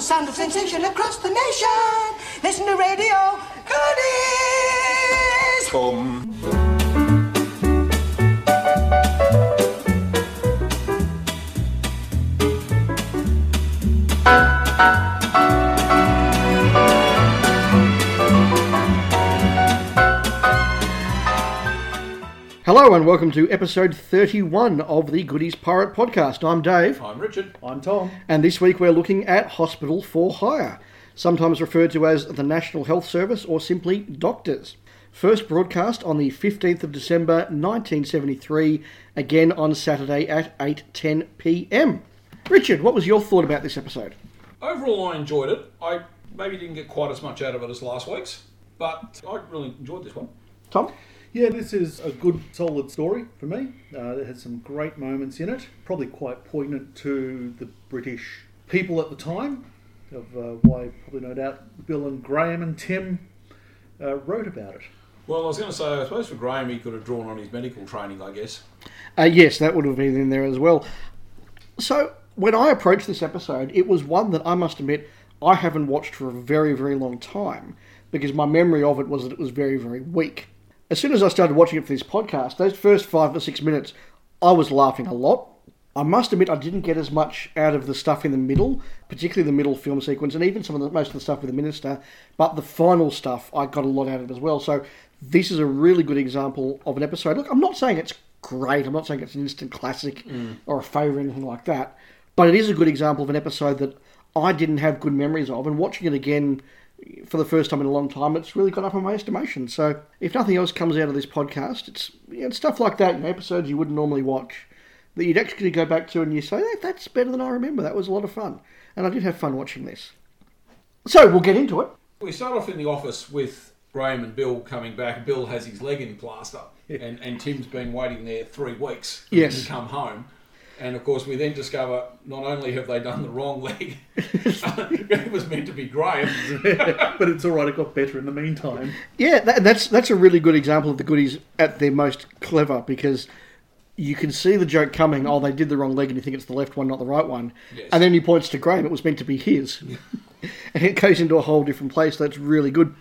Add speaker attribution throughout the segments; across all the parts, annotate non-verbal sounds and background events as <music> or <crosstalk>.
Speaker 1: sound of sensation across the nation. Listen to Radio Goodies.
Speaker 2: Boom.
Speaker 3: Hello and welcome to episode 31 of the Goodies Pirate Podcast. I'm Dave,
Speaker 2: I'm Richard.
Speaker 4: I'm Tom.
Speaker 3: and this week we're looking at Hospital for Hire, sometimes referred to as the National Health Service or simply Doctors. First broadcast on the 15th of December 1973, again on Saturday at 8:10 p.m. Richard, what was your thought about this episode?
Speaker 2: Overall, I enjoyed it. I maybe didn't get quite as much out of it as last week's, but I really enjoyed this one.
Speaker 3: Tom?
Speaker 4: Yeah, this is a good, solid story for me. Uh, it had some great moments in it, probably quite poignant to the British people at the time, of uh, why probably no doubt Bill and Graham and Tim uh, wrote about it.
Speaker 2: Well, I was going to say, I suppose for Graham, he could have drawn on his medical training, I guess.
Speaker 3: Uh, yes, that would have been in there as well. So, when I approached this episode, it was one that I must admit I haven't watched for a very, very long time because my memory of it was that it was very, very weak. As soon as I started watching it for this podcast, those first five or six minutes, I was laughing a lot. I must admit, I didn't get as much out of the stuff in the middle, particularly the middle film sequence, and even some of the most of the stuff with the minister. But the final stuff, I got a lot out of as well. So this is a really good example of an episode. Look, I'm not saying it's great. I'm not saying it's an instant classic or a favourite or anything like that. But it is a good example of an episode that I didn't have good memories of, and watching it again for the first time in a long time, it's really gone up in my estimation. So if nothing else comes out of this podcast, it's you know, it's stuff like that, you know, episodes you wouldn't normally watch that you'd actually go back to and you say, that, that's better than I remember. That was a lot of fun. And I did have fun watching this. So we'll get into it.
Speaker 2: We start off in the office with Graham and Bill coming back. Bill has his leg in plaster, and, and Tim's been waiting there three weeks
Speaker 3: Yes.
Speaker 2: to come home. And of course, we then discover not only have they done the wrong leg, <laughs> it was meant to be
Speaker 4: <laughs>
Speaker 2: Graham.
Speaker 4: but it's all right, it got better in the meantime.
Speaker 3: Yeah, that, that's that's a really good example of the goodies at their most clever because you can see the joke coming. Oh, they did the wrong leg, and you think it's the left one, not the right one.
Speaker 2: Yes.
Speaker 3: And then he points to Graham. It was meant to be his, <laughs> and it goes into a whole different place. That's really good.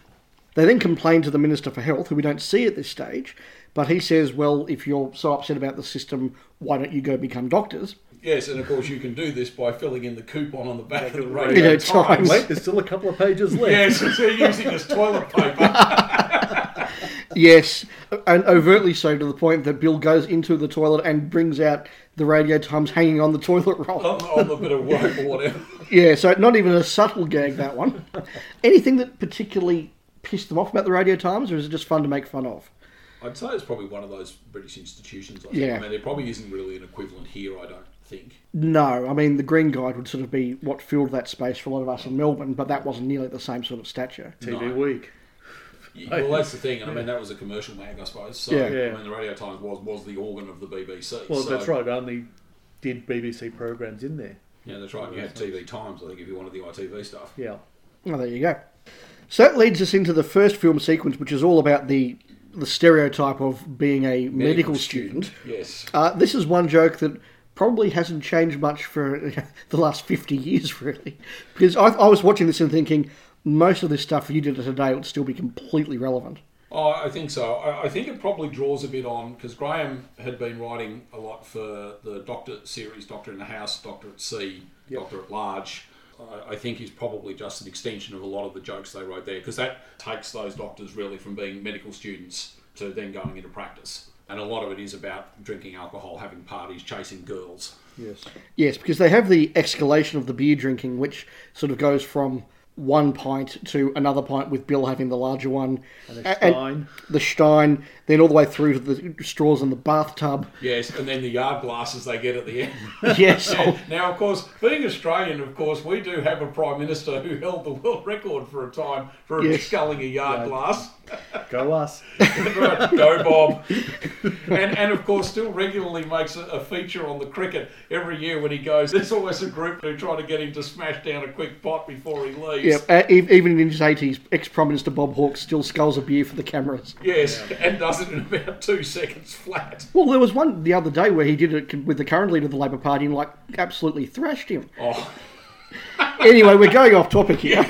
Speaker 3: They then complain to the Minister for Health, who we don't see at this stage, but he says, "Well, if you're so upset about the system, why don't you go become doctors?"
Speaker 2: Yes, and of course, you can do this by filling in the coupon on the back of the
Speaker 4: Yeah,
Speaker 2: radio
Speaker 3: yeah,
Speaker 2: times.
Speaker 3: times.
Speaker 4: Wait, there's still a couple of pages left.
Speaker 2: Yes, so you're using this toilet paper.
Speaker 3: Yes, and overtly so to the point that Bill goes into the toilet and brings out the radio times hanging on the toilet roll.
Speaker 4: Oh,
Speaker 2: on, on the bit of rope or whatever.
Speaker 3: Yeah, so not even a subtle gag that one. Anything that particularly pissed them off about the Radio Times, or is it just fun to make fun of?
Speaker 2: I'd say it's probably one of those British institutions. I think.
Speaker 3: Yeah.
Speaker 2: I mean, there probably isn't really an equivalent here, I don't think.
Speaker 3: No, I mean the Green Guide would sort of be what filled that space for a lot of us in Melbourne, but that wasn't nearly the same sort of stature.
Speaker 4: TV
Speaker 2: No.
Speaker 4: Week.
Speaker 2: Y- Well, that's the thing, and I mean, that was a commercial mag, I suppose. So,
Speaker 3: Yeah.
Speaker 2: I
Speaker 4: Yeah.
Speaker 2: mean, the Radio Times was, was the organ of the BBC.
Speaker 4: Well,
Speaker 2: so,
Speaker 4: that's right, only did BBC programs in there.
Speaker 2: Yeah, that's right. You had TV Times, I think, if you wanted the ITV stuff.
Speaker 4: Yeah.
Speaker 3: Oh, there you go. So that leads us into the first film sequence, which is all about the the stereotype of being a medical, student.
Speaker 2: Yes.
Speaker 3: Uh, this is one joke that probably hasn't changed much for <laughs> the last 50 years, really. Because I, I was watching this and thinking, most of this stuff you did today would still be completely relevant.
Speaker 2: Oh, I think so. I, I think it probably draws a bit on because Graham had been writing a lot for the Doctor series, Doctor in the House, Doctor at Sea, Doctor at Large. I, I think is probably just an extension of a lot of the jokes they wrote there because that takes those doctors really from being medical students to then going into practice. And a lot of it is about drinking alcohol, having parties, chasing girls.
Speaker 4: Yes.
Speaker 3: Yes, because they have the escalation of the beer drinking, which sort of goes from one pint to another pint, with Bill having the larger one. And
Speaker 4: the Stein.
Speaker 3: the Stein, then all the way through to the straws in the
Speaker 4: <laughs>
Speaker 3: bathtub.
Speaker 2: Yes, and then the yard glasses they get at the end. <laughs>
Speaker 3: Yes.
Speaker 2: Yeah.
Speaker 3: <laughs>
Speaker 2: Now, of course, being Australian, of course, we do have a prime minister who held the world record for a time for
Speaker 3: Yes.
Speaker 2: sculling a yard glass. <laughs>
Speaker 4: Go us.
Speaker 2: Right, Go Bob! and and of course, still regularly makes a, a feature on the cricket every year when he goes. There's always a group who try to get him to smash down a quick pot before he leaves.
Speaker 3: Yep. Uh, e- even in his 80s, ex Prime Minister Bob Hawke still skulls a beer for the cameras.
Speaker 2: Yes, and does it in about two seconds flat.
Speaker 3: Well, there was one the other day where he did it with the current leader of the Labor Party and like absolutely thrashed him.
Speaker 2: Oh,
Speaker 3: <laughs> anyway, we're going off topic here.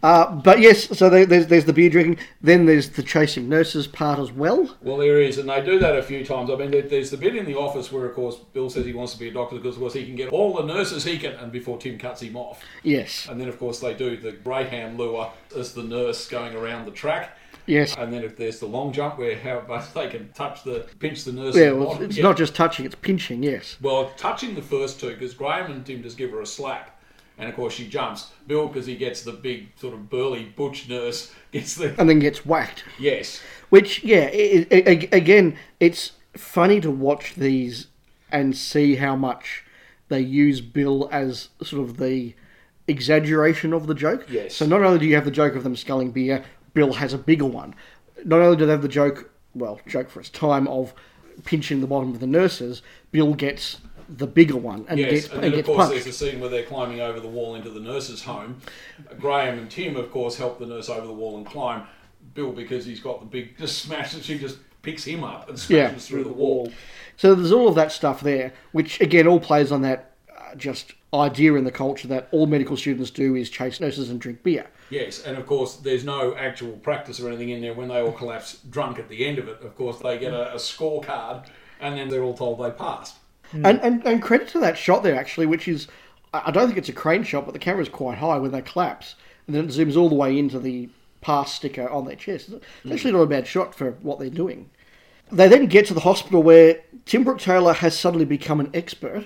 Speaker 3: uh, but yes, so there, there's there's the beer drinking. Then there's the chasing nurses part as well.
Speaker 2: Well, there is, and they do that a few times. I mean, there, there's the bit in the office where, of course, Bill says he wants to be a doctor because, of course, he can get all the nurses he can, and before Tim cuts him off.
Speaker 3: Yes,
Speaker 2: And then, of course, they do the Graham lure as the nurse going around the track.
Speaker 3: yes.
Speaker 2: And then if there's the long jump where how much they can touch the pinch the nurse.
Speaker 3: Yeah,
Speaker 2: in the
Speaker 3: well,
Speaker 2: bottom.
Speaker 3: it's
Speaker 2: Yeah.
Speaker 3: not just touching; it's pinching. Yes.
Speaker 2: Well, touching the first two because Graham and Tim just give her a slap, and of course she jumps. Bill because he gets the big sort of burly butch nurse gets the <laughs>
Speaker 3: and then gets whacked.
Speaker 2: yes.
Speaker 3: Which, yeah, i i a- again, it's funny to watch these and see how much they use Bill as sort of the exaggeration of the joke.
Speaker 2: Yes.
Speaker 3: So not only do you have the joke of them sculling beer, Bill has a bigger one. Not only do they have the joke, well, joke for its time of pinching the bottom of the nurses, Bill gets the bigger one and
Speaker 2: Yes,
Speaker 3: gets
Speaker 2: and
Speaker 3: and,
Speaker 2: then of
Speaker 3: gets
Speaker 2: course
Speaker 3: punched.
Speaker 2: there's the scene where they're climbing over the wall into the nurse's home. Graham and Tim, of course, help the nurse over the wall and climb. Bill because he's got the big just smashes. She just picks him up and
Speaker 3: Yeah.
Speaker 2: smashes through the wall.
Speaker 3: So there's all of that stuff there, which again all plays on that uh, just idea in the culture that all medical students do is chase nurses and drink beer.
Speaker 2: Yes, and of course, there's no actual practice or anything in there. When they all collapse drunk at the end of it, of course, they get a, a scorecard, and then they're all told they passed.
Speaker 3: And, and and credit to that shot there actually, which is I I don't think it's a crane shot, but the camera's quite high when they collapse, and then it zooms all the way into the pass sticker on their chest. It's actually not a bad shot for what they're doing. They then get to the hospital where Tim Brooke Taylor has suddenly become an expert.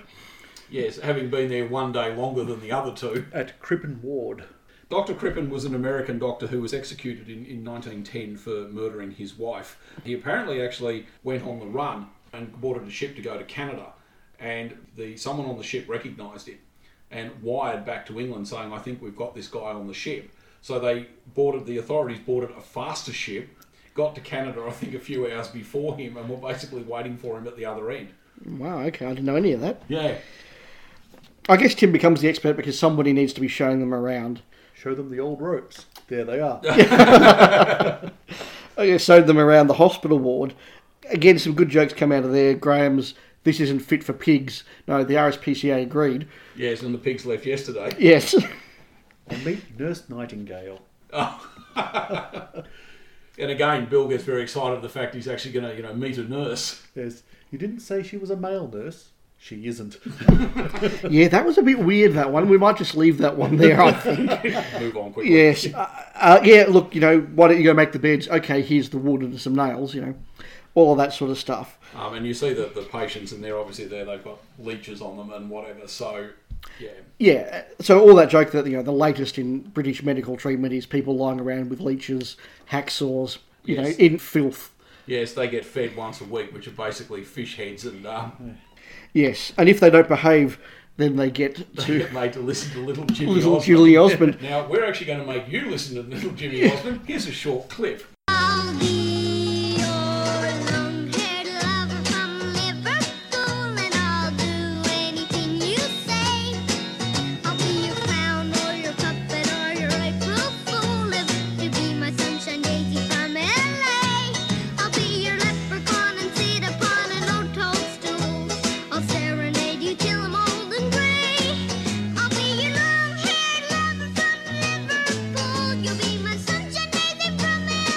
Speaker 2: Yes, having been there one day longer than the other two.
Speaker 4: At Crippen Ward.
Speaker 2: Dr. Crippen was an American doctor who was executed in, in 1910 for murdering his wife. He apparently actually went on the run and boarded a ship to go to Canada, and the someone on the ship recognised him and wired back to England saying, "I think we've got this guy on the ship." So they boarded the authorities boarded a faster ship, got to Canada I think a few hours before him, and were basically waiting for him at the other end.
Speaker 3: Wow, okay, I didn't know any of that.
Speaker 2: Yeah,
Speaker 3: I guess Tim becomes the expert because somebody needs to be showing them around.
Speaker 4: Show them the old ropes. There they are.
Speaker 3: I guess showed them around the hospital ward. Again, some good jokes come out of there. Graham's, this isn't fit for pigs. No, the RSPCA agreed.
Speaker 2: yes, and the pigs left yesterday.
Speaker 3: Yes.
Speaker 4: And meet Nurse Nightingale.
Speaker 2: And again, Bill gets very excited at the fact he's actually going to, you know, meet a nurse.
Speaker 4: Yes. You didn't say she was a male nurse. She isn't.
Speaker 3: <laughs>
Speaker 4: <laughs> Oh,
Speaker 3: yeah, that was a bit weird, that one. We might just leave that one there, I think.
Speaker 2: Move on
Speaker 3: <laughs>
Speaker 2: quickly.
Speaker 3: Yes. Uh, uh, yeah, look, you know, why don't you go make the beds? Okay, here's the wood and some nails, you know, all of that sort of stuff.
Speaker 2: Um, and you see that the patients in there, obviously, there they've got leeches on them and whatever. So, yeah,
Speaker 3: Yeah, so all that joke that you know the latest in British medical treatment is people lying around with leeches, hacksaws, you
Speaker 2: Yes.
Speaker 3: know, in filth.
Speaker 2: yes, they get fed once a week, which are basically fish heads, and um,
Speaker 3: Yes, and if they don't behave, then they get <laughs> to
Speaker 2: get made to listen to Little Jimmy
Speaker 3: little
Speaker 2: Osmond. <laughs>
Speaker 3: Julie Osmond.
Speaker 2: Now we're actually going to make you listen to Little Jimmy Osmond. Here's a short clip.
Speaker 5: I'll be your long-haired lover from Liverpool, and I'll do anything you say. I'll be your clown or your puppet or your April fool if you be my sunshine daisy from L.A. I'll be your leprechaun and sit upon an old toadstool. I'll serenade you till I'm old and gray. I'll be your long-haired lover from Liverpool. You'll be my sunshine daisy from L.A.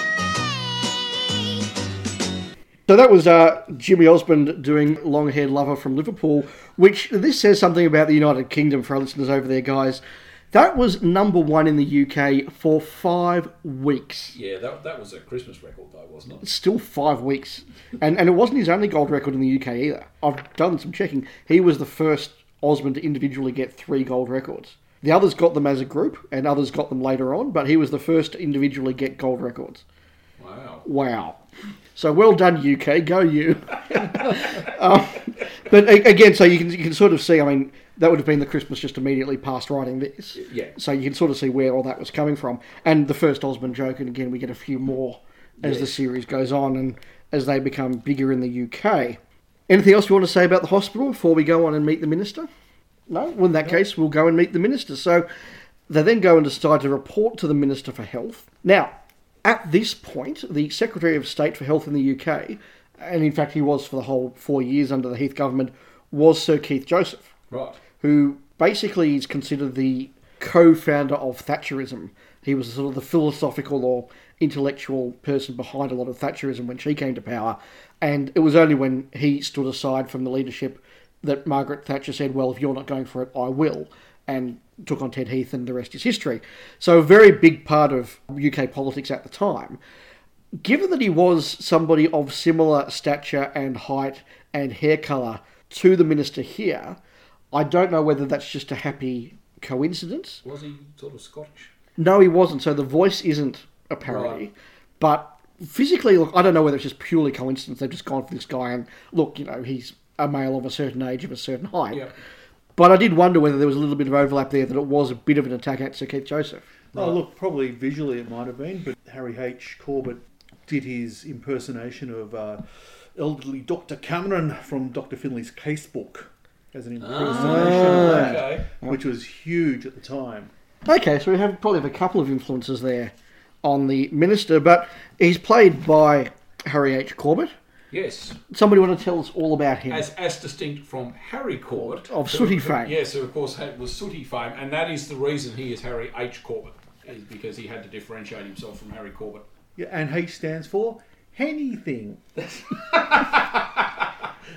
Speaker 3: So that was uh, Jimmy Osmond doing Long Haired Lover from Liverpool, which this says something about the United Kingdom for our listeners over there, guys. That was number one in the UK for five weeks.
Speaker 2: Yeah, that, that was a Christmas record though, wasn't it?
Speaker 3: Still five weeks. And, and it wasn't his only gold record in the UK either. I've done some checking. He was the first Osmond to individually get three gold records. The others got them as a group, and others got them later on, but he was the first to individually get gold records.
Speaker 2: Wow.
Speaker 3: Wow. So well done, UK. Go you. <laughs> Um, but a- again, so you can you can sort of see. I mean, that would have been the Christmas just immediately past writing this.
Speaker 2: Yeah.
Speaker 3: So you can sort of see where all that was coming from, and the first Osmond joke, and again we get a few more as the series goes on, and as they become bigger in the UK. Anything else you want to say about the hospital before we go on and meet the minister? No. Well, in that case, we'll go and meet the minister. So they then go and decide to report to the minister for health. Now, at this point, the secretary of state for health in the UK, and in fact he was for the whole four years under the Heath government, was Sir Keith Joseph,
Speaker 2: Right.
Speaker 3: who basically he's considered the co-founder of Thatcherism. He was sort of the philosophical or intellectual person behind a lot of Thatcherism when she came to power, and it was only when he stood aside from the leadership that Margaret Thatcher said, "Well, if you're not going for it, I will," and took on Ted Heath, and the rest is history. So, a very big part of UK politics at the time given that he was somebody of similar stature and height and hair colour to the minister here, I don't know whether that's just a happy coincidence.
Speaker 2: Was he sort of Scottish?
Speaker 3: No, he wasn't. So the voice isn't a parody,
Speaker 2: Right.
Speaker 3: but physically, look, I don't know whether it's just purely coincidence. They've just gone for this guy, and look, you know, he's a male of a certain age of a certain height.
Speaker 2: Yeah.
Speaker 3: But I did wonder whether there was a little bit of overlap there that it was a bit of an attack at Sir Keith Joseph.
Speaker 4: Oh, look, probably visually it might have been, but Harry H. Corbett did his impersonation of uh, elderly Dr. Cameron from Dr. Finley's casebook as an impersonation of that,
Speaker 2: Okay.
Speaker 4: which was huge at the time.
Speaker 3: Okay, so we have probably have a couple of influences there on the minister, but he's played by Harry H. Corbett.
Speaker 2: Yes,
Speaker 3: Somebody want to tell us all about him?
Speaker 2: as as distinct from Harry Corbett
Speaker 3: Of Sooty fame.
Speaker 2: Yes, who of course had, was Sooty fame, and that is the reason he is Harry H Corbett, is because he had to differentiate himself from Harry Corbett.
Speaker 4: Yeah, and H stands for anything.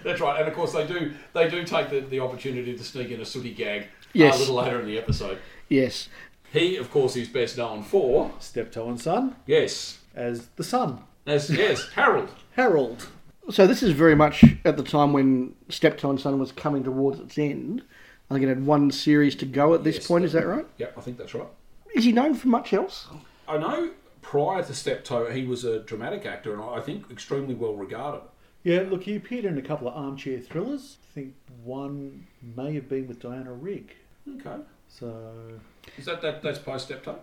Speaker 2: That's right, and of course they do they do take the, the opportunity to sneak in a Sooty gag uh,
Speaker 3: Yes.
Speaker 2: a little later in the episode.
Speaker 3: yes.
Speaker 2: He, of course, is best known for
Speaker 4: Steptoe and Son
Speaker 2: yes,
Speaker 4: as the son,
Speaker 2: as, yes, <laughs> Harold.
Speaker 4: Harold.
Speaker 3: So this is very much at the time when Steptoe and Son was coming towards its end. I think it had one series to go at this
Speaker 2: Yes,
Speaker 3: point, is that right?
Speaker 2: Yep, I think that's right.
Speaker 3: Is he known for much else?
Speaker 2: I know prior to Steptoe, he was a dramatic actor, and I think extremely well regarded.
Speaker 4: Yeah, look, he appeared in a couple of armchair thrillers. I think one may have been with Diana Rigg.
Speaker 2: Okay,
Speaker 4: So
Speaker 2: is that, that that's post Steptoe?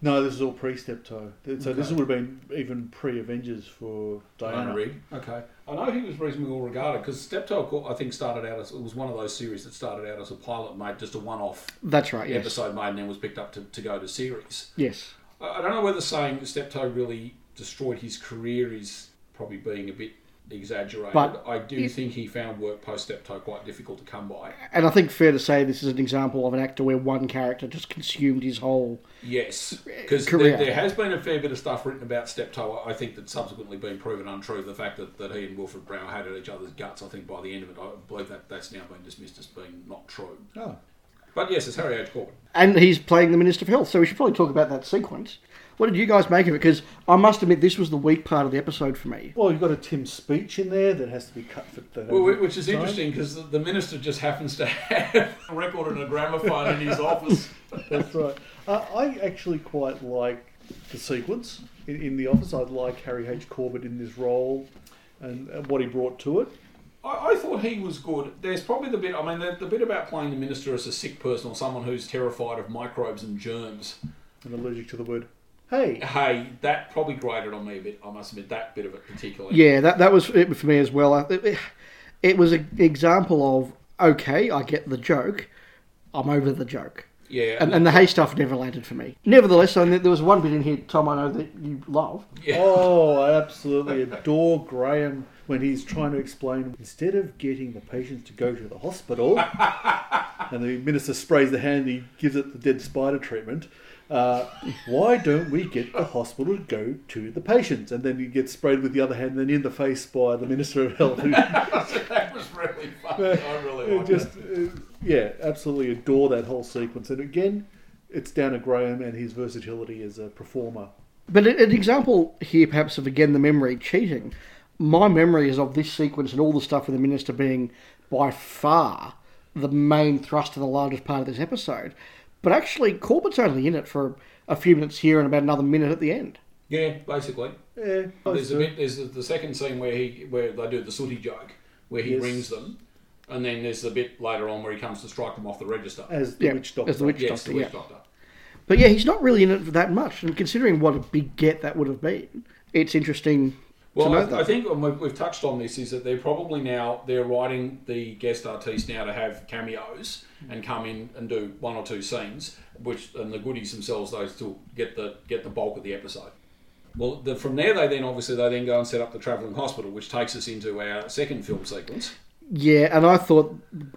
Speaker 4: No, this is all pre Steptoe. Th- So this
Speaker 2: Okay.
Speaker 4: would have been even pre Avengers for Diana.
Speaker 2: Diana Rigg. Okay, I know he was reasonably well regarded because Steptoe, of course, I think, started out as it was one of those series that started out as a pilot made, just a one-off
Speaker 3: That's right, yes.
Speaker 2: episode made, and then was picked up to, to go to series.
Speaker 3: Yes.
Speaker 2: I, I don't know whether saying Steptoe really destroyed his career is probably being a bit exaggerated.
Speaker 3: But
Speaker 2: I do
Speaker 3: it-
Speaker 2: think he found work post Steptoe quite difficult to come by.
Speaker 3: And I think fair to say this is an example of an actor where one character just consumed his whole
Speaker 2: Yes, because
Speaker 3: Career.
Speaker 2: there, there has been a fair bit of stuff written about Steptoe. I think that subsequently been proven untrue. The fact that, that he and Wilfred Brown hated each other's guts, I think by the end of it, I believe that that's now been dismissed as being not true.
Speaker 4: Oh.
Speaker 2: But yes, it's Harry H. Corbett.
Speaker 3: and he's playing the Minister of Health. So we should probably talk about that sequence. What did you guys make of it? Because I must admit, this was the weak part of the episode for me.
Speaker 4: Well, you've got a Tim speech in there that has to be cut for the.
Speaker 2: Well, whi- which is interesting because the, the minister just happens to have <laughs> a record and a gramophone in his office. <laughs>
Speaker 4: That's right. Uh, I actually quite like the sequence in, in The Office. I like Harry H. Corbett in this role and, and what he brought to it.
Speaker 2: I, I thought he was good. There's probably the bit, I mean, the, the bit about playing the minister as a sick person or someone who's terrified of microbes and germs.
Speaker 4: And allergic to the word hey.
Speaker 2: Hey, that probably grated on me a bit. I must admit that bit of it particularly.
Speaker 3: Yeah, that that was it for me as well. I- It, it was an example of okay, I get the joke, I'm over the joke,
Speaker 2: Yeah,
Speaker 3: and, and the hay stuff never landed for me. Nevertheless, I mean, there was one bit in here, Tom, I know that you love.
Speaker 2: yeah.
Speaker 4: Oh, I absolutely adore Graham when he's trying to explain. Instead of getting the patients to go to the hospital, and the minister sprays the hand, he gives it the dead spider treatment. Uh, why don't we get the hospital to go to the patients? And then he gets sprayed with the other hand, then in the face by the minister of health. Who
Speaker 2: that was really fun. I really
Speaker 4: who
Speaker 2: liked
Speaker 4: just,
Speaker 2: it.
Speaker 4: uh, yeah, absolutely adore that whole sequence. And again, it's down to Graham and his versatility as a performer.
Speaker 3: But an an example here, perhaps, of again the memory cheating. My memory is of this sequence and all the stuff with the minister being by far the main thrust and the largest part of this episode. But actually, Corbett's only in it for a few minutes here and about another minute at the end.
Speaker 2: Yeah, basically.
Speaker 4: Yeah,
Speaker 2: There's a bit. There's the, the second scene where he where they do the sooty joke where he
Speaker 4: Yes.
Speaker 2: rings them, and then there's the bit later on where he comes to strike them off the register.
Speaker 4: as the
Speaker 3: Yeah,
Speaker 4: witch doctor.
Speaker 3: as the witch
Speaker 2: yes,
Speaker 3: doctor,
Speaker 2: the witch
Speaker 3: yeah.
Speaker 2: doctor.
Speaker 3: But yeah, he's not really in it for that much. And considering what a big get that would have been, it's interesting to
Speaker 2: Well,
Speaker 3: note
Speaker 2: I,
Speaker 3: that.
Speaker 2: I think and we've, we've touched on this is that they're probably now they're writing the guest artiste now to have cameos and come in and do one or two scenes, which and the goodies themselves they still get the get the bulk of the episode. Well, the, from there they then obviously they then go and set up the travelling hospital, which takes us into our second film sequence.
Speaker 3: Yeah, and I thought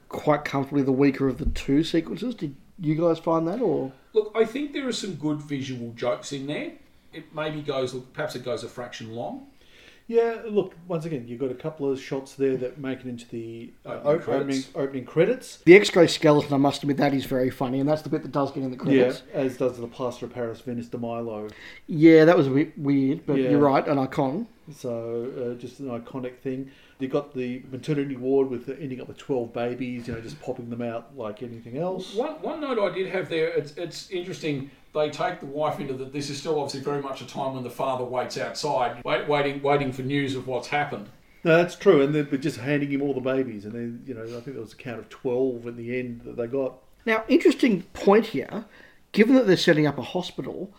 Speaker 3: quite comfortably the weaker of the two sequences. Did you guys find that, or
Speaker 2: Look, I think there are some good visual jokes in there. It maybe goes, look, perhaps it goes a fraction long.
Speaker 4: Yeah, look, once again, you've got a couple of shots there that make it into the uh,
Speaker 2: Opening
Speaker 4: op- opening,
Speaker 2: credits.
Speaker 4: opening credits.
Speaker 3: the X-ray skeleton? I must admit that is very funny, and that's the bit that does get in the
Speaker 4: Yeah,
Speaker 3: credits.
Speaker 4: as does the plaster of Paris, Venice de Milo.
Speaker 3: Yeah, that was a bit weird, but
Speaker 4: Yeah.
Speaker 3: you're right, an icon.
Speaker 4: So uh, just an iconic thing. You got the maternity ward with the, ending up with twelve babies. You know, just popping them out like anything else.
Speaker 2: One, one note I did have there, it's, it's interesting. They take the wife into that. This is still obviously very much a time when the father waits outside, wait, waiting, waiting for news of what's happened.
Speaker 4: No, that's true. And then but just handing him all the babies, and then you know, I think there was a count of twelve at the end that they got.
Speaker 3: Now, interesting point here. Given that they're setting up a hospital,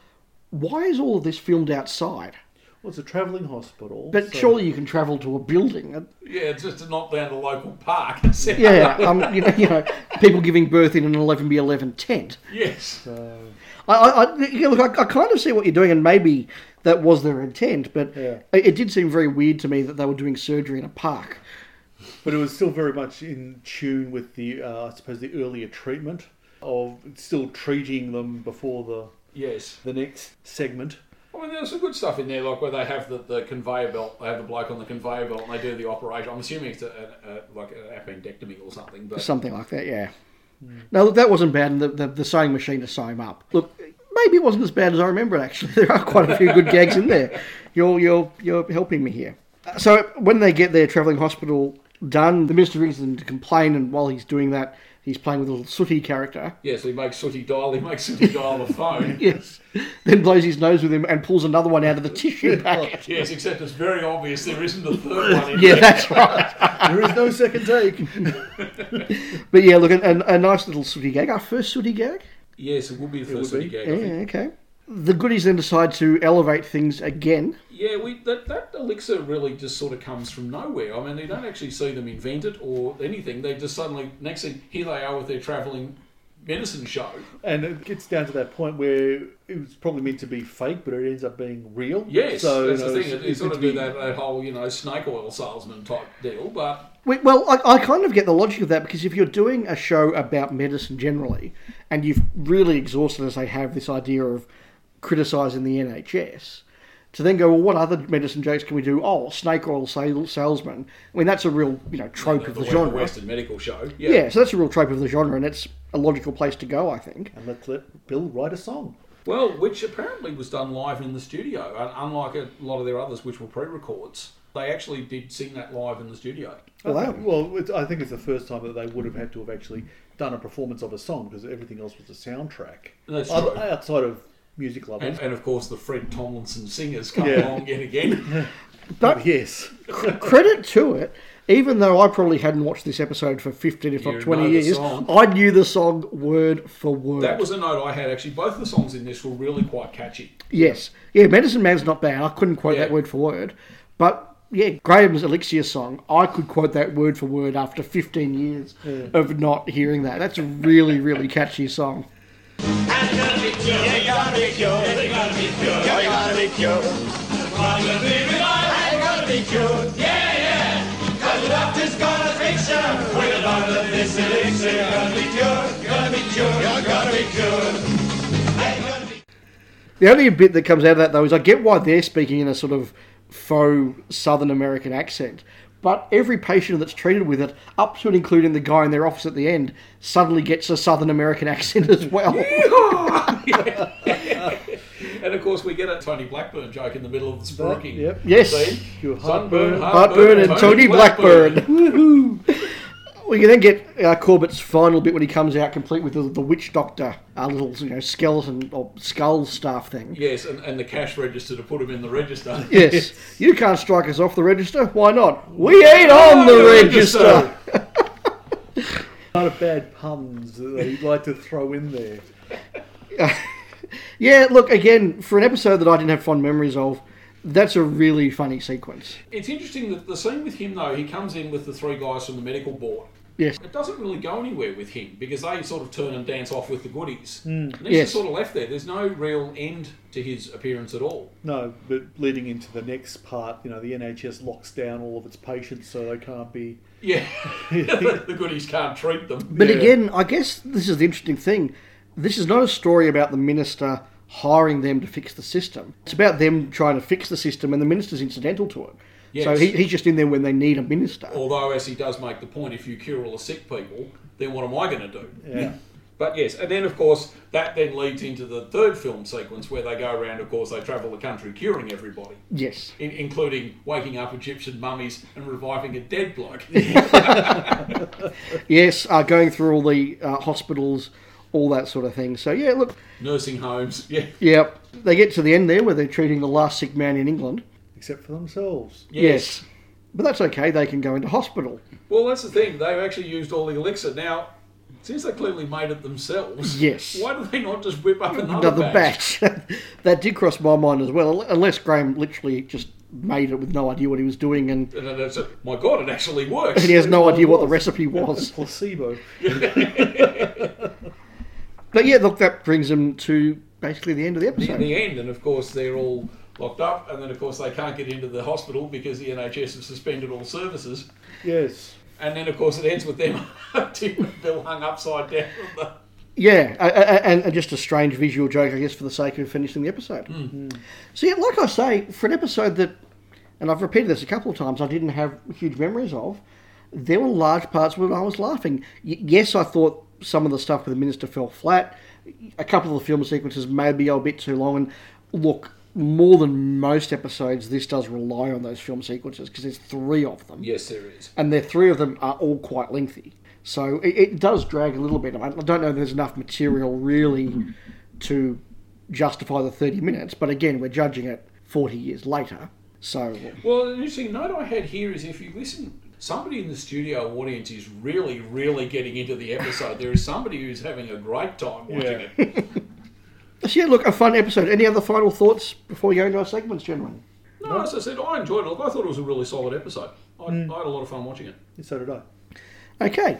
Speaker 3: why is all of this filmed outside?
Speaker 4: Well, it's a travelling hospital.
Speaker 3: But
Speaker 4: so-
Speaker 3: surely you can travel to a
Speaker 4: <laughs>
Speaker 3: building.
Speaker 2: Yeah, it's just not down the local park. <laughs>
Speaker 3: Yeah, um, you, know, you know, people giving birth in an 11 by 11 tent.
Speaker 2: Yes.
Speaker 3: I, I, I, yeah, look, I, I kind of see what you're doing, and maybe that was their intent, but
Speaker 4: Yeah.
Speaker 3: it, it did seem very weird to me that they were doing surgery in a park.
Speaker 4: But it was still very much in tune with the, uh, I suppose, the earlier treatment of still treating them before the
Speaker 2: Yes.
Speaker 4: the next segment.
Speaker 2: I mean, there's some good stuff in there, like where they have the, the conveyor belt, they have the bloke on the conveyor belt, and they do the operation. I'm assuming it's a, a, a, like an appendectomy or something. But
Speaker 3: Something like that, yeah. No, look, that wasn't bad, and the, the, the sewing machine to sew him up. Look, maybe it wasn't as bad as I remember it, actually. <laughs> There are quite a few good gags in there. You're, you're, you're helping me here. Uh, So when they get their travelling hospital done, the minister rings them to complain, and while he's doing that, he's playing with a little sooty character. <laughs>
Speaker 2: yes, he makes sooty dial. He makes sooty dial the phone.
Speaker 3: Yes. Then blows his nose with him and pulls another one out of the tissue packet.
Speaker 2: Yes, except it's very obvious there isn't a third one
Speaker 3: <laughs>
Speaker 2: in
Speaker 3: Yeah,
Speaker 2: there.
Speaker 3: that's right.
Speaker 4: There is no second take.
Speaker 3: But yeah, look, a, a nice little sooty gag. Our first sooty gag.
Speaker 2: Yes, it would be the
Speaker 4: would
Speaker 2: first sooty
Speaker 4: be.
Speaker 2: gag.
Speaker 3: Yeah,
Speaker 2: I think.
Speaker 3: okay. The goodies then decide to elevate things again.
Speaker 2: Yeah, we that, that elixir really just sort of comes from nowhere. I mean, you don't actually see them invent it or anything. They just suddenly next thing here they are with their travelling medicine show.
Speaker 4: And it gets down to that point where it was probably meant to be fake, but it ends up being real.
Speaker 2: Yes,
Speaker 4: So,
Speaker 2: that's
Speaker 4: you know,
Speaker 2: the thing. It, it's sort
Speaker 4: meant
Speaker 2: of
Speaker 4: to
Speaker 2: do
Speaker 4: be-
Speaker 2: that, that whole you know snake oil salesman type deal, but.
Speaker 3: We, well, I, I kind of get the logic of that because if you're doing a show about medicine generally, and you've really exhausted, as they have, this idea of criticising the NHS, to then go, well, what other medicine jokes can we do? Oh, snake oil sal- salesman. I mean, that's a real you know trope of the,
Speaker 2: the
Speaker 3: genre.
Speaker 2: Western medical show. Yeah.
Speaker 3: Yeah, so that's a real trope of the genre, and it's a logical place to go, I think.
Speaker 4: And let, let Bill write a song.
Speaker 2: Well, which apparently was done live in the studio, and unlike a lot of their others, which were pre-records, they actually did sing that live in the studio.
Speaker 3: Wow.
Speaker 4: Okay, Well, it's, I think it's the first time that they would have had to have actually done a performance of a song because everything else was a soundtrack.
Speaker 2: That's
Speaker 4: Oth-
Speaker 2: true.
Speaker 4: Outside of music lovers.
Speaker 2: And, and of course, the Fred Tomlinson singers come
Speaker 4: Yeah.
Speaker 2: along yet again. <laughs>
Speaker 3: But
Speaker 4: yes.
Speaker 3: credit to it, even though I probably hadn't watched this episode for 15, if
Speaker 2: You
Speaker 3: not
Speaker 2: know
Speaker 3: 20
Speaker 2: the
Speaker 3: years,
Speaker 2: song.
Speaker 3: I knew the song word for word.
Speaker 2: that was a note I had actually. Both the songs in this were really quite catchy.
Speaker 3: yes. Yeah, Medicine Man's not bad. I couldn't quote
Speaker 2: Yeah.
Speaker 3: that word for word. But yeah, Graham's Elixir song, I could quote that word for word after 15 years of not hearing that. That's a really, really catchy song.
Speaker 6: You gotta be cured. You gotta be cured. You gotta be cured. You gotta be cured. Wanna be revived. You gotta be cured. Yeah, yeah. Cause the doctor's gonna fix you. With a lot of this elixir. You gotta be cured. You gotta be cured. You gotta be cured. Hey, you gotta be
Speaker 3: The only bit that comes out of that though is I get why they're speaking in a sort of faux Southern American accent, but every patient that's treated with it, up to and including the guy in their office at the end, suddenly gets a Southern American <laughs> accent as well.
Speaker 2: And of course, we get a Tony Blackburn joke in the middle of the spooking.
Speaker 4: Yep.
Speaker 3: Yes.
Speaker 2: See?
Speaker 4: Your
Speaker 2: Sunburn,
Speaker 4: heartburn.
Speaker 3: Heartburn and Tony Blackburn. <laughs> Woohoo! We can then get uh, Corbett's final bit when he comes out, complete with the, the witch doctor, a little you know skeleton or skull staff thing.
Speaker 2: Yes, and, and the cash register to put him in the register.
Speaker 3: <laughs> Yes, you can't strike us off the register. Why not? We ain't on the
Speaker 4: Oh,
Speaker 3: register.
Speaker 4: Not a bad puns that they like to throw in there.
Speaker 3: Yeah, look, again, for an episode that I didn't have fond memories of, that's a really funny sequence.
Speaker 2: It's interesting that the scene with him, though, he comes in with the three guys from the medical board.
Speaker 3: Yes.
Speaker 2: It doesn't really go anywhere with him because they sort of turn and dance off with the goodies. And he's
Speaker 3: Yes.
Speaker 2: just sort of left there. There's no real end to his appearance at all.
Speaker 4: No, but leading into the next part, you know, the NHS locks down all of its patients so they can't be
Speaker 2: Yeah, <laughs> the goodies can't treat them.
Speaker 3: But
Speaker 4: Yeah.
Speaker 3: again, I guess this is the interesting thing. This is not a story about the minister hiring them to fix the system. It's about them trying to fix the system, and the minister's incidental to it. So
Speaker 2: Yes.
Speaker 3: he, he's just in there when they need a minister.
Speaker 2: Although, as he does make the point, if you cure all the sick people, then what am I going to do?
Speaker 4: Yeah.
Speaker 2: But yes, and then of course that then leads into the third film sequence where they go around. Of course, they travel the country curing everybody,
Speaker 3: Yes.
Speaker 2: in- including waking up Egyptian mummies and reviving a dead
Speaker 3: <laughs>
Speaker 2: bloke.
Speaker 3: Yes, uh, going through all the uh, hospitals, all that sort of thing. So yeah, look,
Speaker 2: nursing homes. <laughs> Yeah,
Speaker 3: yeah, they get to the end there where they're treating the last sick man in England.
Speaker 4: Except for themselves.
Speaker 3: Yes. But that's okay. They can go into hospital.
Speaker 2: Well, that's the thing. They've actually used all the elixir now. Since they clearly made it themselves,
Speaker 3: Yes.
Speaker 2: Why do they not just whip up another,
Speaker 3: Another
Speaker 2: batch?
Speaker 3: batch. <laughs> that did cross my mind as well, unless Graham literally just made it with no idea what he was doing and
Speaker 2: And then it's a, my God, it actually works.
Speaker 3: and he has no
Speaker 4: Well, it
Speaker 3: idea what the
Speaker 4: was.
Speaker 3: recipe was.
Speaker 4: <laughs> Placebo.
Speaker 3: But yeah, look, that brings him to basically the end of the
Speaker 2: in
Speaker 3: episode.
Speaker 2: the end, and of course they're all locked up, and then of course they can't get into the hospital because the NHS have suspended all services,
Speaker 4: Yes.
Speaker 2: and then of course it ends with them <laughs> Tim and Bill hung upside down. on the-
Speaker 3: Yeah, a- a- and, and just a strange visual joke, I guess, for the sake of finishing the episode. So yeah, like I say, for an episode that, and I've repeated this a couple of times, I didn't have huge memories of, there were large parts where I was laughing. Y- yes, I thought some of the stuff with the minister fell flat. A couple of the film sequences maybe a bit too long. And look, more than most episodes, this does rely on those film sequences because there's three of them
Speaker 2: Yes, there is.
Speaker 3: and the three of them are all quite lengthy. So it, it does drag a little bit. I don't know if there's enough material really to justify the 30 minutes, but again, we're judging it 40 years later. So,
Speaker 2: Well, an interesting note I had here is if you listen, somebody in the studio audience is really, really getting into the episode. There is somebody who's having a great time watching
Speaker 4: Yeah.
Speaker 2: it.
Speaker 3: so yeah, look, a fun episode. Any other final thoughts before we go into our segments, gentlemen?
Speaker 2: No, as I said, I enjoyed it. Look, I thought it was a really solid episode. I,
Speaker 3: Mm.
Speaker 2: I had a lot of fun watching it.
Speaker 4: So did I.
Speaker 3: Okay.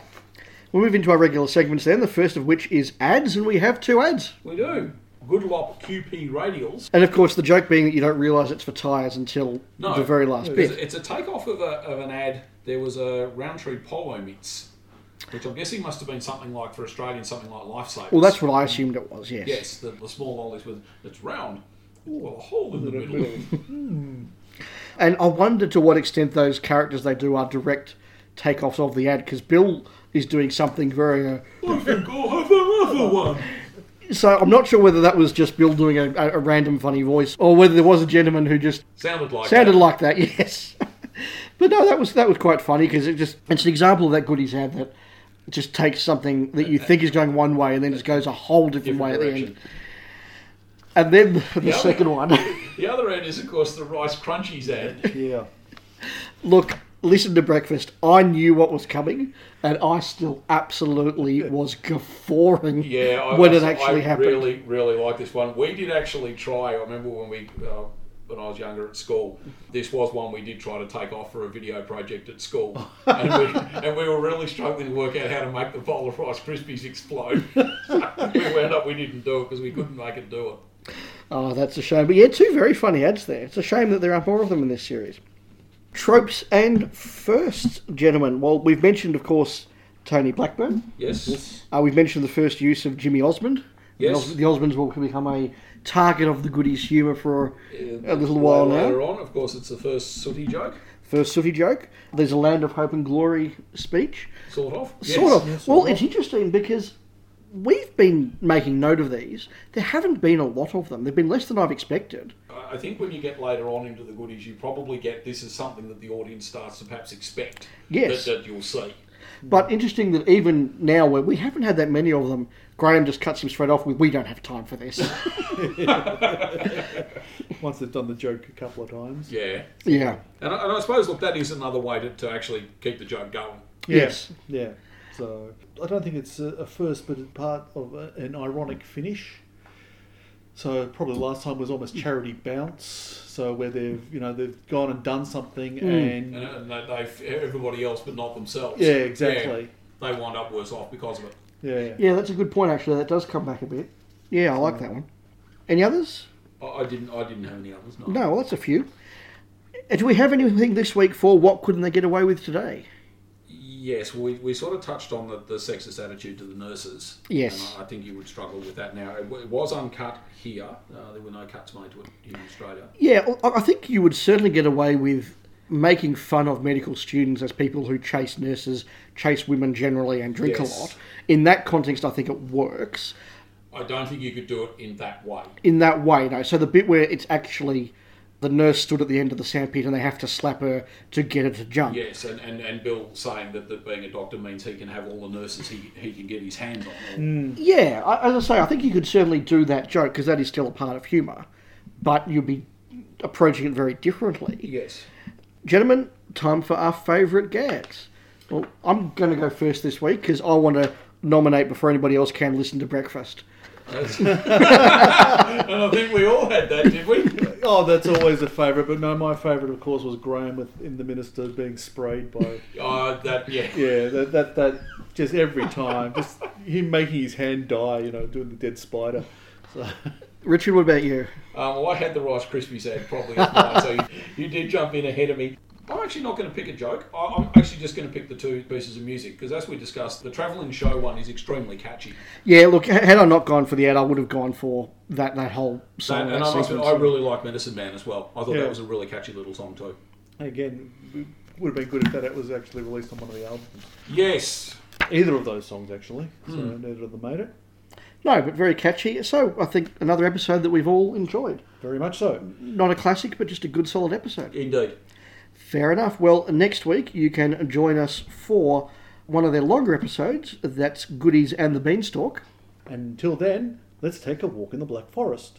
Speaker 3: We'll move into our regular segments then, the first of which is ads, and we have two ads.
Speaker 2: We do. Good Lop QP Radials.
Speaker 3: And of course, the joke being that you don't realise it's for tyres until
Speaker 2: No.
Speaker 3: the very last
Speaker 2: It's,
Speaker 3: bit.
Speaker 2: it's a takeoff of, a, of an ad. There was a Roundtree Polo Mitts, which I'm guessing must have been something like for Australians, something like Lifesavers.
Speaker 3: Well, that's what I assumed it was, yes.
Speaker 2: Yes, the, the small lollies with it's round. Ooh, a hole in the middle.
Speaker 3: And I wonder to what extent those characters they do are direct takeoffs of the ad because Bill is doing something very. Uh,
Speaker 2: I think I'll have another one.
Speaker 3: so I'm not sure whether that was just Bill doing a, a, a random funny voice or whether there was a gentleman who just
Speaker 2: Sounded
Speaker 3: <laughs>
Speaker 2: like
Speaker 3: sounded
Speaker 2: that.
Speaker 3: like that. <laughs> Yes, but no, that was that was quite funny because it just it's an example of that goodies ad that just takes something that you think is going one way and then just goes a whole different,
Speaker 2: Uh, Different
Speaker 3: way
Speaker 2: direction.
Speaker 3: at the end. And then the, the
Speaker 2: Yeah.
Speaker 3: second one. <laughs>
Speaker 2: The other ad is, of course, the Rice Crunchies ad.
Speaker 4: Yeah.
Speaker 3: Look, listen to breakfast. I knew what was coming, and I still absolutely was guffawing
Speaker 2: Yeah,
Speaker 3: <laughs>
Speaker 2: I,
Speaker 3: when it
Speaker 2: I-
Speaker 3: actually
Speaker 2: I
Speaker 3: happened.
Speaker 2: really, really like this one. We did actually try. I remember when we, uh, when I was younger at school, this was one we did try to take off for a video project
Speaker 3: <laughs>
Speaker 2: at school, and we, and we were really struggling to work out how to make the bowl of Rice Krispies explode. <laughs> we wound up we didn't do it because we couldn't make it do it.
Speaker 3: Oh, that's a shame. But yeah, two very funny ads there. It's a shame that there aren't more of them in this series. Tropes and firsts, gentlemen. Well, we've mentioned, of course, Tony Blackburn.
Speaker 2: Yes.
Speaker 3: Uh, we've mentioned the first use of Jimmy Osmond.
Speaker 2: Yes.
Speaker 3: The, Os- the Osmonds will become a target of the goodies' humour for a little
Speaker 2: Way
Speaker 3: while now.
Speaker 2: later on, of course, it's the first sooty joke,
Speaker 3: First Sooty joke. There's a Land of Hope and Glory speech.
Speaker 2: sort of.
Speaker 3: Sort of.
Speaker 4: yes,
Speaker 3: well,
Speaker 4: sort of.
Speaker 3: it's interesting because we've been making note of these. There haven't been a lot of them. There've been less than I've expected.
Speaker 2: I think when you get later on into the goodies, you probably get this is something that the audience starts to perhaps expect
Speaker 3: Yes.
Speaker 2: that, that you'll see.
Speaker 4: Hmm.
Speaker 3: But interesting that even now, where we haven't had that many of them, Graham just cuts him straight off with, "We don't have time for
Speaker 4: <laughs>
Speaker 3: this."
Speaker 4: Once they've done the joke a couple of times.
Speaker 2: Yeah.
Speaker 3: yeah.
Speaker 2: And I, and I suppose, look, that is another way to, to actually keep the joke going.
Speaker 3: Yes.
Speaker 4: Yeah. So I don't think it's a, a first, but it's part of a, an ironic finish. So probably last time was almost charity bounce. So where they've you know they've gone and done something and
Speaker 2: And, and they, they, everybody else, but not themselves.
Speaker 4: Yeah, exactly.
Speaker 2: Yeah, they wind up worse off because of it.
Speaker 4: yeah.
Speaker 3: Yeah, that's a good point. Actually, that does come back a bit. Yeah, I like
Speaker 4: Hmm.
Speaker 3: that one. Any others?
Speaker 2: I, I didn't. I didn't have any others. No.
Speaker 3: No. Well, that's a few. Uh, Do we have anything this week for what couldn't they get away with today?
Speaker 2: yes, we, we sort of touched on the, the sexist attitude to the nurses.
Speaker 3: Yes.
Speaker 2: And I, I think you would struggle with that now. It, w- it was uncut here. Uh, there were no cuts made to it in Australia.
Speaker 3: Yeah, I I think you would certainly get away with making fun of medical students as people who chase nurses, chase women generally, and drink
Speaker 2: Yes.
Speaker 3: a lot. In that context, I think it works
Speaker 2: I don't think you could do it in that way.
Speaker 3: in that way. No, so the bit where it's actually the nurse stood at the end of the sandpit and they have to slap her to get her to jump.
Speaker 2: Yes, and, and, and Bill saying that, that being a doctor means he can have all the nurses he, he can get his hands on.
Speaker 3: Yeah, I, as I say, I think you could certainly do that joke because that is still a part of humour, but you'd be approaching it very differently.
Speaker 2: Yes.
Speaker 3: Gentlemen, time for our favourite gags. Well, I'm going to go first this week because I want to nominate before anybody else can listen to breakfast.
Speaker 2: And I think we all had that, did we?
Speaker 4: Oh, that's always a favourite. But no, my favourite, of course, was Graham with in the minister being sprayed by.
Speaker 2: <laughs> Uh, that, yeah.
Speaker 4: Yeah, that that, that just every time, just him making his hand die. You know, doing the dead spider. So,
Speaker 3: Richard, what about you?
Speaker 2: Um, well, I had the Rice Krispies ad probably as mine, so you, you did jump in ahead of me. I'm actually not going to pick a joke. I- I'm actually just going to pick the two pieces of music because, as we discussed, the travelling show one is extremely catchy.
Speaker 3: Yeah, look, h- had I not gone for the ad, I would have gone for that that whole song.
Speaker 2: And,
Speaker 3: that
Speaker 2: and I must admit,
Speaker 3: sequence.
Speaker 2: I really like Medicine Man as well. I thought
Speaker 4: Yeah.
Speaker 2: that was a really catchy little song too.
Speaker 4: again, it would have been good if that was actually released on one of the albums.
Speaker 2: Yes.
Speaker 4: Either of those songs, actually. So neither of them made it.
Speaker 3: no, but very catchy. So I think another episode that we've all enjoyed.
Speaker 4: Very much so.
Speaker 3: Not a classic, but just a good solid episode.
Speaker 2: Indeed.
Speaker 3: Fair enough. Well, next week you can join us for one of their longer episodes. That's Goodies and the Beanstalk.
Speaker 4: Until then, let's take a walk in the Black Forest.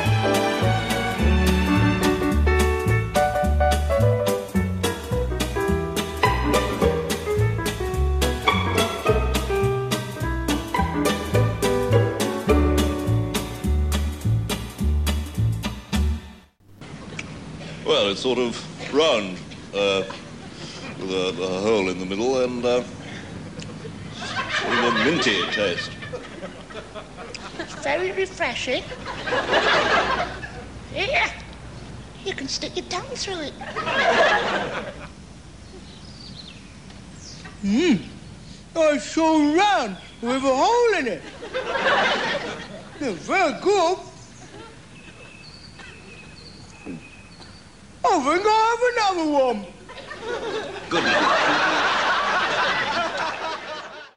Speaker 7: Well, it's sort of round, uh, with a, a hole in the middle and uh, sort of a minty taste.
Speaker 5: Very refreshing. <laughs> yeah. You can stick your tongue through it.
Speaker 8: Oh, it's so round with a hole in it. They're very good. Oh, we're gonna have another one.
Speaker 7: Good night.